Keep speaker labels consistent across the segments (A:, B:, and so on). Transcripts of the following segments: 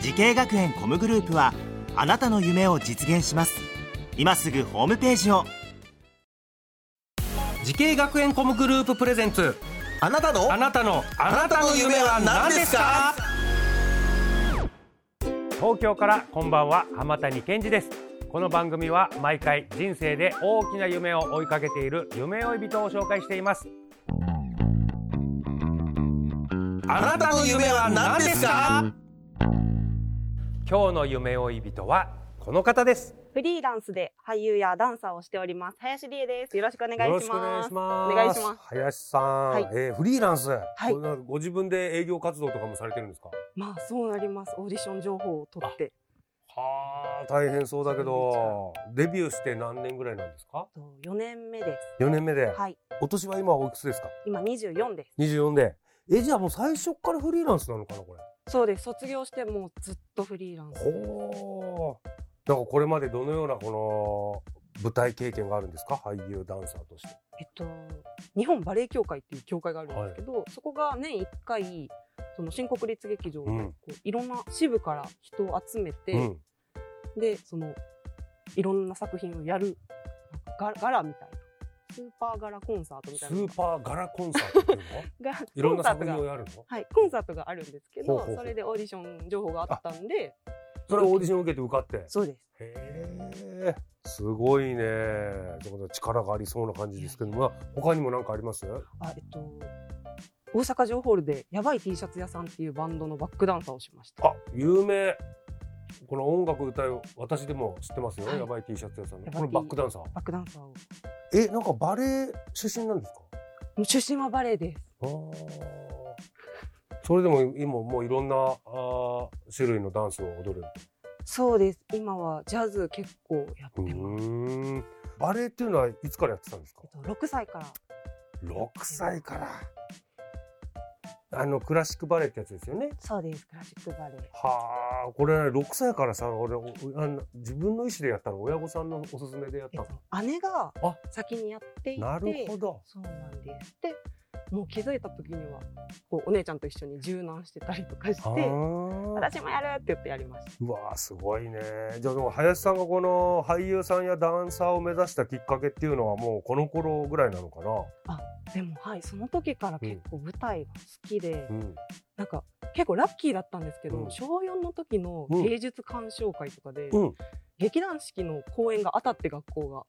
A: 時系学園コムグループはあなたの夢を実現します今すぐホームページを
B: 時系学園コムグループプレゼンツ
C: あなたの
B: あなたのあなたの夢は何ですか東京からこんばんは浜谷健二ですこの番組は毎回人生で大きな夢を追いかけている夢追い人を紹介しています
C: あなたの夢は何ですか
B: 今日の夢追い人はこの方です
D: フリーランスで俳優やダンサーをしております林理恵です。よろしくお願いします。
B: ます
D: お願いします
B: 林さん、
D: はい
B: えーフリーランス、はいご自分で営業活動とかもされてるんですか
D: まあそうなります。オーディション情報を取って
B: はあ大変そうだけどデビューして何年ぐらいなんですか
D: と4年目で
B: 4年目で、
D: す。はい。
B: お年は今おいくつですか
D: 今24です。
B: 24でえじゃあもう最初からフリーランスなのかなこれ
D: そうです。卒業してもうずっとフリーランス。
B: ほーなんかこれまでどのようなこの舞台経験があるんですか俳優ダンサーとして
D: えっと日本バレエ協会っていう協会があるんですけど、そこが年1回その新国立劇場で、
B: うん
D: こういろんな支部から人を集めて、
B: うん
D: でそのいろんな作品をやるなんかガラガラみたいなスーパーガラコンサートみ
B: ス
D: たいなの
B: ーパーガラコンサートっていうの
D: が
B: いろんな
D: コンサー
B: 作
D: トが
B: 品をやるの
D: はい、コンサートがあるんですけど
B: ほうほうほう
D: それでオーディション情報があったんで
B: それはオーディション受けて受かって
D: そうです
B: へえすごいねってことは力がありそうな感じですけども他にも何かあります
D: あえっと大阪城ホールでやばい T シャツ屋さんっていうバンドのバックダンサーをしました
B: あ有名この音楽歌いを私でも知ってますよ、
D: はい
B: やばい T シャツ屋さんの
D: や
B: こ
D: ばい
B: の
D: T
B: バックダンサー
D: バックダンサーをも
B: えなんかバレエ出身なんですか
D: う出身はバレエです
B: あーそれでも今もういろんなあー種類のダンスを踊る
D: そうです今はジャズ結構やって
B: う
D: ます、
B: ーんバレエっていうのはいつからやってたんですか
D: えっと6歳から
B: 6歳からあのクラシックバレエってやつですよね
D: そうですクラシックバレエ
B: はあこれ6歳からさ俺おあの自分の意思でやったの親御さんのおすすめでやっ
D: え
B: た
D: っ
B: の
D: と姉が
B: あ
D: 先にやっていて
B: なるほど
D: そうなんですでもう気づいた時にはこうお姉ちゃんと一緒に柔軟してたりとかし
B: あ
D: て
B: ー
D: 私もやるって言ってやりました
B: うわーすごいねじゃあでも林さんがこの俳優さんやダンサーを目指したきっかけっていうのはもうこの頃ぐらいなのかな
D: でもはいその時から結構舞台が好きで、
B: うん
D: なんか結構ラッキーだったんですけど、
B: うん
D: 小4の時の芸術鑑賞会とかで、
B: うん
D: 劇団四季の公演が当たって学校が
B: ああ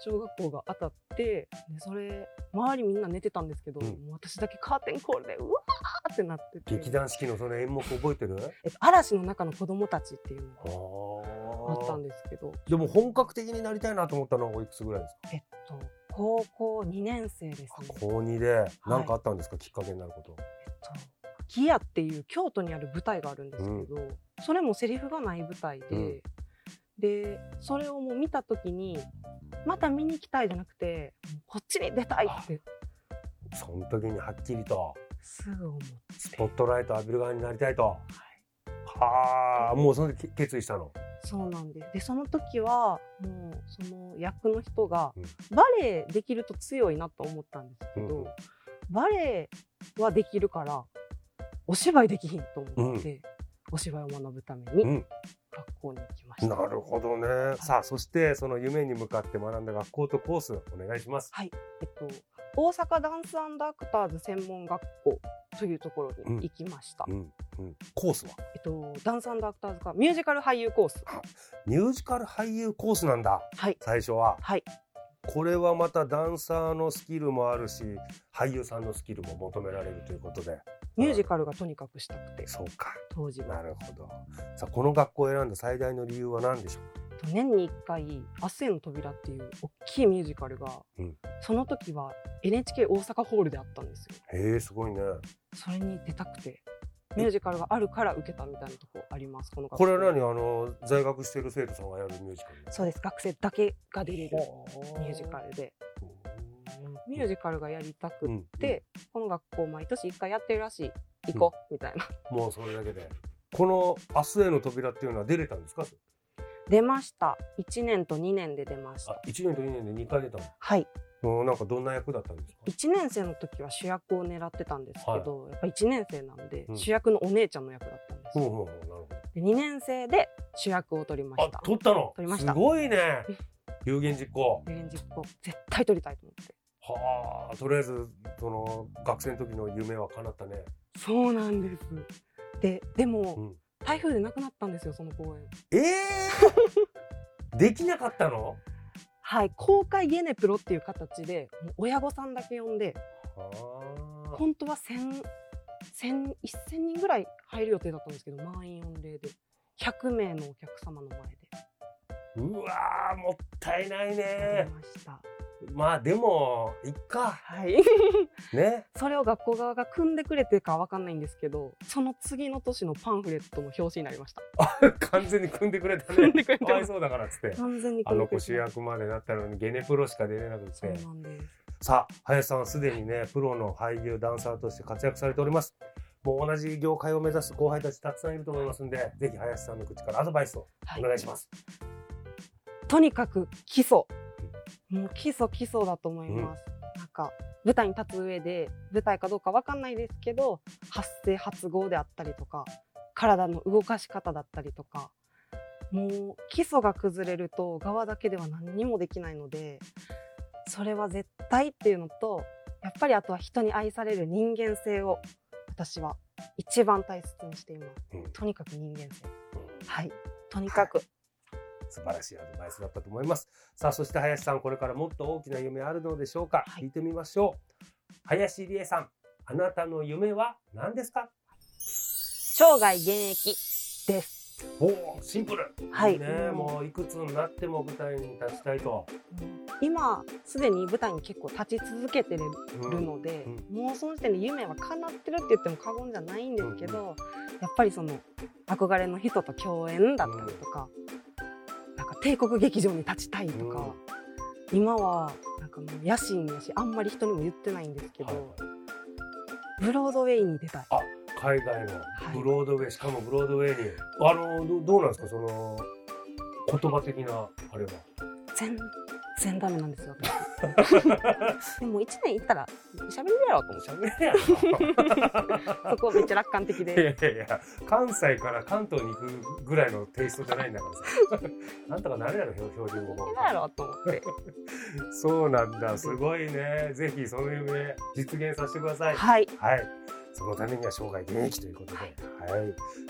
D: 小学校が当たってでそれ周りみんな寝てたんですけど、
B: うん
D: もう私だけカーテンコールでうわーってなってて
B: 劇団四季のその演目覚えてる
D: えっと嵐の中の子供たちっていうの
B: あ
D: があった
B: あ
D: んですけど、
B: でも本格的になりたいなと思ったのはおいくつぐらいですか
D: えっと、高校2年生ですね。
B: 高2で何かあったんですか、きっかけになること
D: ギアっていう京都にある舞台があるんですけど、それもセリフがない舞台で、
B: うん
D: でそれをもう見た時にまた見に行きたいじゃなくてこっちに出たいって
B: その時にはっきりと
D: すぐ思う
B: スポットライト浴びる側になりたいとはあもうその時決意したの
D: そうなんですでその時はもうその役の人が、
B: うん
D: バレエできると強いなと思ったんですけど、
B: うん
D: バレエはできるからお芝居できひんと思って、お芝居を学ぶために
B: うん
D: 学校に行きました。
B: なるほどね、さあそしてその夢に向かって学んだ学校とコースお願いします
D: えっと、大阪ダンスアクターズ専門学校というところに行きました、
B: ん、うん、コースは
D: えっと、ダンスアクターズがミュージカル俳優コース
B: ミュージカル俳優コースなんだ
D: はい
B: 最初は
D: はい
B: これはまたダンサーのスキルもあるし俳優さんのスキルも求められるということで
D: ミュージカルがとにかくしたくて
B: そうか
D: 当時は
B: なるほどさあこの学校を選んだ最大の理由は何でしょう
D: えっと年に1回「明日への扉」っていう大きいミュージカルが、
B: うん
D: その時は NHK 大阪ホールであったんですよ
B: へえすごいね
D: それに出たくてミュージカルがあるから受けたみたいなとこありますこの学
B: こ
D: 校
B: れは何あの在学してる生徒さんがやるミュージカル
D: そうです学生だけが出れる
B: ミ
D: ミュージカルでミュージカルがやりたく
B: うん
D: って、この学校毎年一回やってるらしい行こうみたいな、
B: もうそれだけでこの「明日への扉」っていうのは出れたんですか
D: 出ました1年と2年で出ました
B: あ1年と2年で2回出た
D: はい
B: のうんなんかどんな役だったんですか
D: 1年生の時は主役を狙ってたんですけど、やっぱ1年生なんで
B: うん
D: 主役のお姉ちゃんの役だったんです
B: うんう
D: よ、
B: んうんなるほど
D: で2年生で主役を取りまし
B: あ
D: た
B: 取ったの
D: 取りました
B: すごいね有言実行
D: 有言実行絶対取りたいと思って
B: はあとりあえずその学生の時の夢は叶ったね
D: そうなんですででも、
B: うん
D: 台風でなくなったんですよその公演
B: ええできなかったの
D: はい公開ゲネプロっていう形でもう親御さんだけ呼んで
B: は
D: 本当は1000 1000 1000人ぐらい入る予定だったんですけど満員御礼で100名のお客様の前で
B: あうわーもったいない
D: や
B: ね
D: りました、
B: まあでもいっか
D: はい
B: ね
D: それを学校側が組んでくれてかわかんないんですけどその次の年のパンフレットの表紙になりました
B: 完全に組んでくれた
D: 組
B: ね
D: んでくれて
B: かわ
D: ま
B: い
D: す
B: そうだからっつって
D: 完全に
B: あ
D: 組んで
B: の
D: くれ
B: 子
D: て
B: 主役までなったのにゲネプロしか出れなく
D: そう
B: て
D: なんです
B: さあ林さんはすでにねプロの俳優ダンサーとして活躍されておりますもう同じ業界を目指す後輩たちたくさんいると思いますんでぜひ林さんの口からアドバイスを
D: は
B: お願いします、
D: とにかく基礎もう基礎基礎だと思います、なんか舞台に立つ上で舞台かどうかわかんないですけど発声発語であったりとか体の動かし方だったりとかもう基礎が崩れると側だけでは何にもできないのでそれは絶対っていうのとやっぱりあとは人に愛される人間性を私は一番大切にしています
B: うん
D: とにかく人間性はいとにかく
B: 素晴らしいアドバイスだったと思いますさあそして林さんこれからもっと大きな夢あるのでしょうか、
D: はい
B: 聞いてみましょう林理恵さんあなたの夢は何ですか
D: 生涯現役です
B: おおシンプル
D: はい
B: ねもういくつになっても舞台に立ちたいと、
D: 今すでに舞台に結構立ち続けてる
B: うん
D: ので、
B: うん
D: もうその時点で夢は叶ってるって言っても過言じゃないんですけど、やっぱりその憧れの人と共演だったりとか、なんか帝国劇場に立ちたいとか、今はなんかもう野心やしあんまり人にも言ってないんですけど、
B: はい
D: ブロードウェイに出たい。
B: 海外の
D: い
B: ブロードウェイ、しかもブロードウェイにあのどどうなんですかその言葉的なあれは
D: 全然ダメなんですよ。 私でも一年行ったら喋れるやろと思って。
B: 喋れやろ
D: そこはめっちゃ楽観的
B: い
D: で。
B: やいやいや関西から関東に行くぐらいのテイストじゃないんだから さなんとかなるやろ標標準語も
D: 喋れるやろと思って。
B: そうなんだすごいねぜひその夢実現させてください
D: はい。
B: はい。そのためには生涯現役ということで、はい。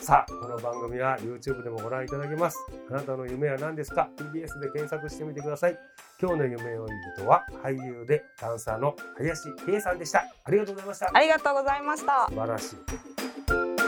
B: さあ、この番組は YouTube でもご覧いただけます。あなたの夢は何ですか ?TBS で検索してみてください。今日の夢追い人は俳優でダンサーの林圭さんでした。ありがとうございました。
D: ありがとうございました。
B: 素晴らしい。